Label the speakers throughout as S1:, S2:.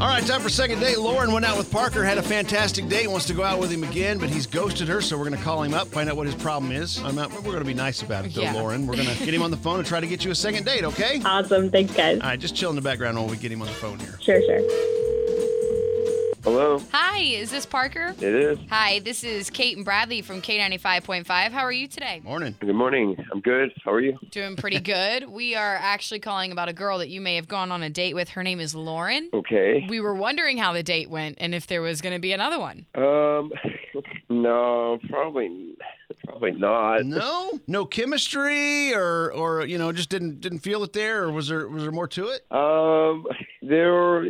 S1: All right, time for second date. Lauren went out with Parker, had a fantastic date, wants to go out with him again, but he's ghosted her, so we're going to call him up, find out what his problem is. I'm not, we're going to be nice about it, though,
S2: Yeah.
S1: Lauren. We're going to get him on the phone and try to get you a second date, okay? All
S3: Awesome. Thanks, guys.
S1: right, just chill in the background while we get him on the phone here.
S3: Sure, sure.
S4: Hello,
S2: Hi, is this Parker?
S4: it is.
S2: Hi, this is Kate and Bradley from K95.5. How are you today?
S1: Morning.
S4: Good morning. I'm good. How are you?
S2: Doing pretty good. We are actually calling about a girl that you may have gone on a date with. Her name is Lauren.
S4: Okay.
S2: We were wondering how the date went and if there was going to be another one.
S4: Um, no, probably, probably not.
S1: No, no chemistry, or or you know, just didn't didn't feel it there, or was there was there more to it?
S4: Um, there, were-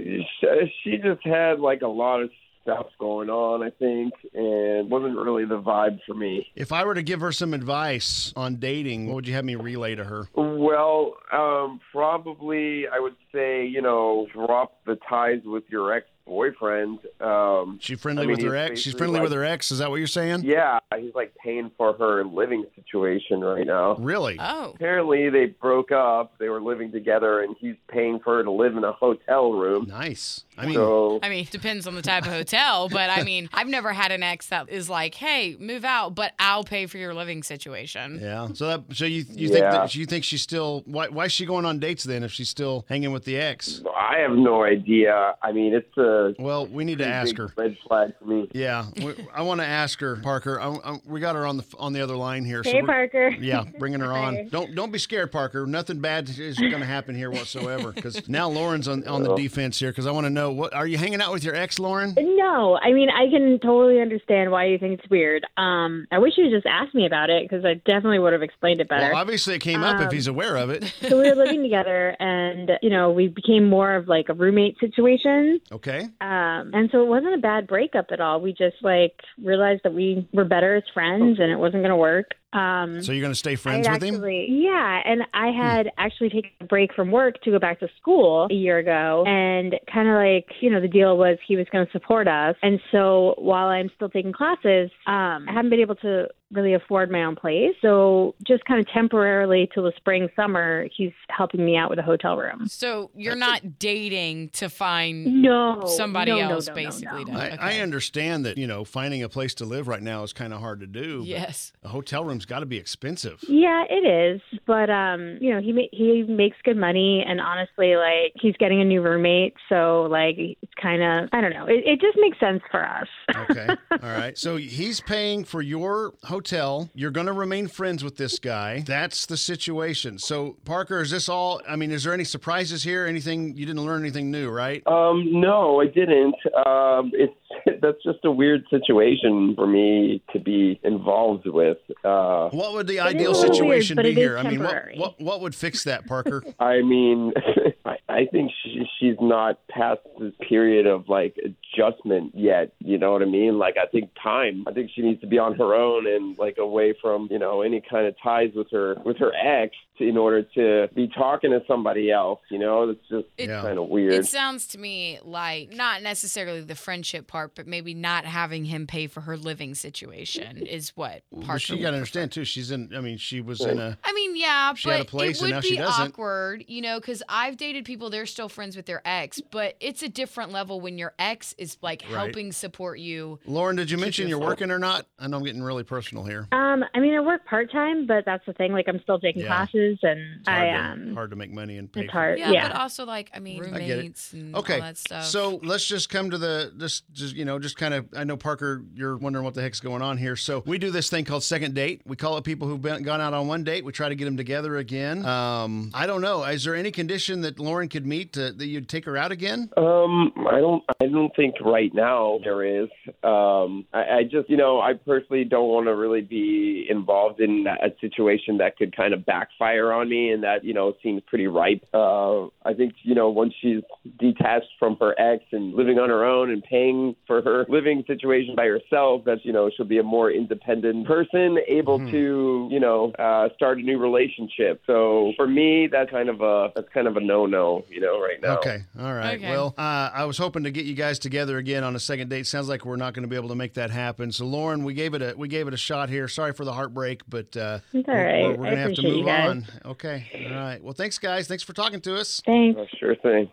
S4: she just had like a lot of stuff going on, I think, and wasn't really the vibe for me.
S1: If I were to give her some advice on dating, what would you have me relay to her?
S4: Well, um, probably I would say you know drop the ties with your ex boyfriend. Um,
S1: She friendly
S4: I mean,
S1: with her
S4: he's
S1: ex. She's
S4: basically
S1: friendly
S4: like-
S1: with her ex. Is that what you're saying?
S4: yeah, he's like paying for her living situation right now.
S1: Really?
S2: Oh,
S4: apparently they broke up. They were living together, and he's paying for her to live in a hotel room.
S1: Nice. I mean,
S4: so
S2: I mean, depends on the type of hotel, but I mean, I've never had an ex that is like, hey, move out, but I'll pay for your living situation.
S1: Yeah. So that so you you think
S4: Yeah.
S1: that you think she's still why why is she going on dates then if she's still hanging with the ex?
S4: I have no idea. I mean, it's a
S1: Well, we need to
S4: pretty
S1: ask
S4: big
S1: her.
S4: red flag for me.
S1: Yeah, we, I want to ask her, Parker. I, I, we got her on the on the other line here.
S3: Hey,
S1: we're-
S3: Parker.
S1: Yeah, bringing her
S3: Hi.
S1: on. Don't don't be scared, Parker. Nothing bad is going to happen here whatsoever. Because now Lauren's on, on the
S4: Oh.
S1: defense here. Because I want to know what are you hanging out with your ex, Lauren?
S3: No, I mean I can totally understand why you think it's weird. Um, I wish you just asked me about it because I definitely would have explained it better.
S1: Well, obviously it came up if
S3: Um,
S1: he's aware of it.
S3: so we were living together, and you know we became more of like a roommate situation.
S1: Okay.
S3: Um, and so it wasn't a bad breakup at all. We just like realized that we were better as friends, and it wasn't going to work. Um,
S1: So you're going to stay
S3: I
S1: friends
S3: had
S1: with him? Hmm.
S3: actually- Yeah, and I had actually taken a break from work to go back to school a year ago, and kind of like you know the deal was he was going to support us, and so while I'm still taking classes, um, I haven't been able to really afford my own place, so just kind of temporarily till the spring summer, he's helping me out with a hotel room.
S2: So you're not dating to find
S3: No,
S2: somebody
S3: no, no,
S2: else,
S3: no, no,
S2: basically.
S3: no.
S2: to-
S1: I, I
S2: okay.
S1: understand that you know finding a place to live right now is kind of hard to do. but
S2: Yes.
S1: A hotel room's got to be expensive.
S3: Yeah, it is, but um, you know, he ma- he makes good money, and honestly, like he's getting a new roommate, so like it's kind of I don't know, it, it just makes sense for us.
S1: Okay. All right. So he's paying for your hotel. You're going to remain friends with this guy. That's the situation. So, Parker, is this all? I mean, is there any surprises here? Anything you didn't learn anything new, right?
S4: Um, no, I didn't. Um, it's that's just a weird situation for me to be involved with. Uh,
S1: What would the
S3: is
S1: ideal
S3: a little weird,
S1: situation
S3: but
S1: be
S3: it is
S1: here? I mean, what,
S3: temporary.
S1: what what would fix that, Parker?
S4: I mean, I, I think she, she's not past this period of like adjustment yet. You know what I mean? Like, I think time. I think she needs to be on her own and like away from you know any kind of ties with her with her ex to, in order to be talking to somebody else. You know, that's just
S2: It-
S1: Yeah.
S4: kind of weird.
S2: It sounds to me like not necessarily the friendship part, but maybe not having him pay for her living situation is what
S1: But
S2: Parker.
S1: she got to understand too. She's in. I mean, she was in a.
S2: I mean, yeah,
S1: She
S2: but
S1: had a place
S2: it
S1: and
S2: would
S1: now
S2: be
S1: she doesn't.
S2: awkward, you know, because I've dated people; they're still friends with their ex, but it's a different level when your ex is like
S1: Right.
S2: helping support you.
S1: Lauren, did you mention
S2: your
S1: you're
S2: phone.
S1: working or not? I know I'm getting really personal here.
S3: Um, I mean, I work part time, but that's the thing. Like, I'm still taking
S1: Yeah.
S3: classes, and
S1: It's hard,
S3: I
S1: to,
S3: um,
S1: hard to make money and pay.
S3: it's
S1: for-
S3: hard. Yeah,
S2: but also like I mean,
S1: I get it.
S2: roommates and
S1: Okay.
S2: all that stuff.
S1: So let's just come to the this just you know just kind of I know Parker you're wondering what the heck's going on here. So we do this thing called second date. We call up people who've been, gone out on one date. We try to get them together again. Um, I don't know. Is there any condition that Lauren could meet to, that you'd take her out again?
S4: Um, I don't, I don't think right now there is. Um, I, I just, you know, I personally don't want to really be involved in a situation that could kind of backfire on me, and that, you know, seems pretty ripe. Uh, I think, you know, once she's detached from her ex and living on her own and paying for her living situation by herself, that's, you know, she'll be a more independent person, able to, you know, uh, start a new relationship. So for me, that's kind of a that's kind of a no no, you know, right now.
S1: Okay. All right.
S2: Okay.
S1: Well, uh, I was hoping to get you guys together again on a second date. Sounds like we're not going to be able to make that happen. So, Lauren, we gave it a we gave it a shot here. Sorry for the heartbreak, but uh,
S3: It's all
S1: we're-
S3: right.
S1: we're, we're
S3: I
S1: gonna have to
S3: appreciate you
S1: move
S3: guys.
S1: on. Okay. All right. Well, thanks, guys. Thanks for talking to us.
S3: Thanks.
S4: Oh, sure thing.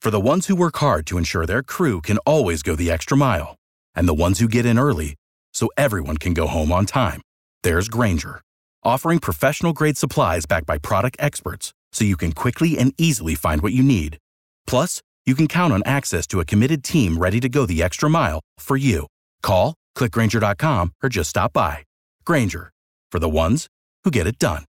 S5: For the ones who work hard to ensure their crew can always go the extra mile, and the ones who get in early so everyone can go home on time, there's Granger, offering professional grade supplies backed by product experts so you can quickly and easily find what you need. Plus, you can count on access to a committed team ready to go the extra mile for you. Call, clickgranger.com, or just stop by. Granger, for the ones who get it done.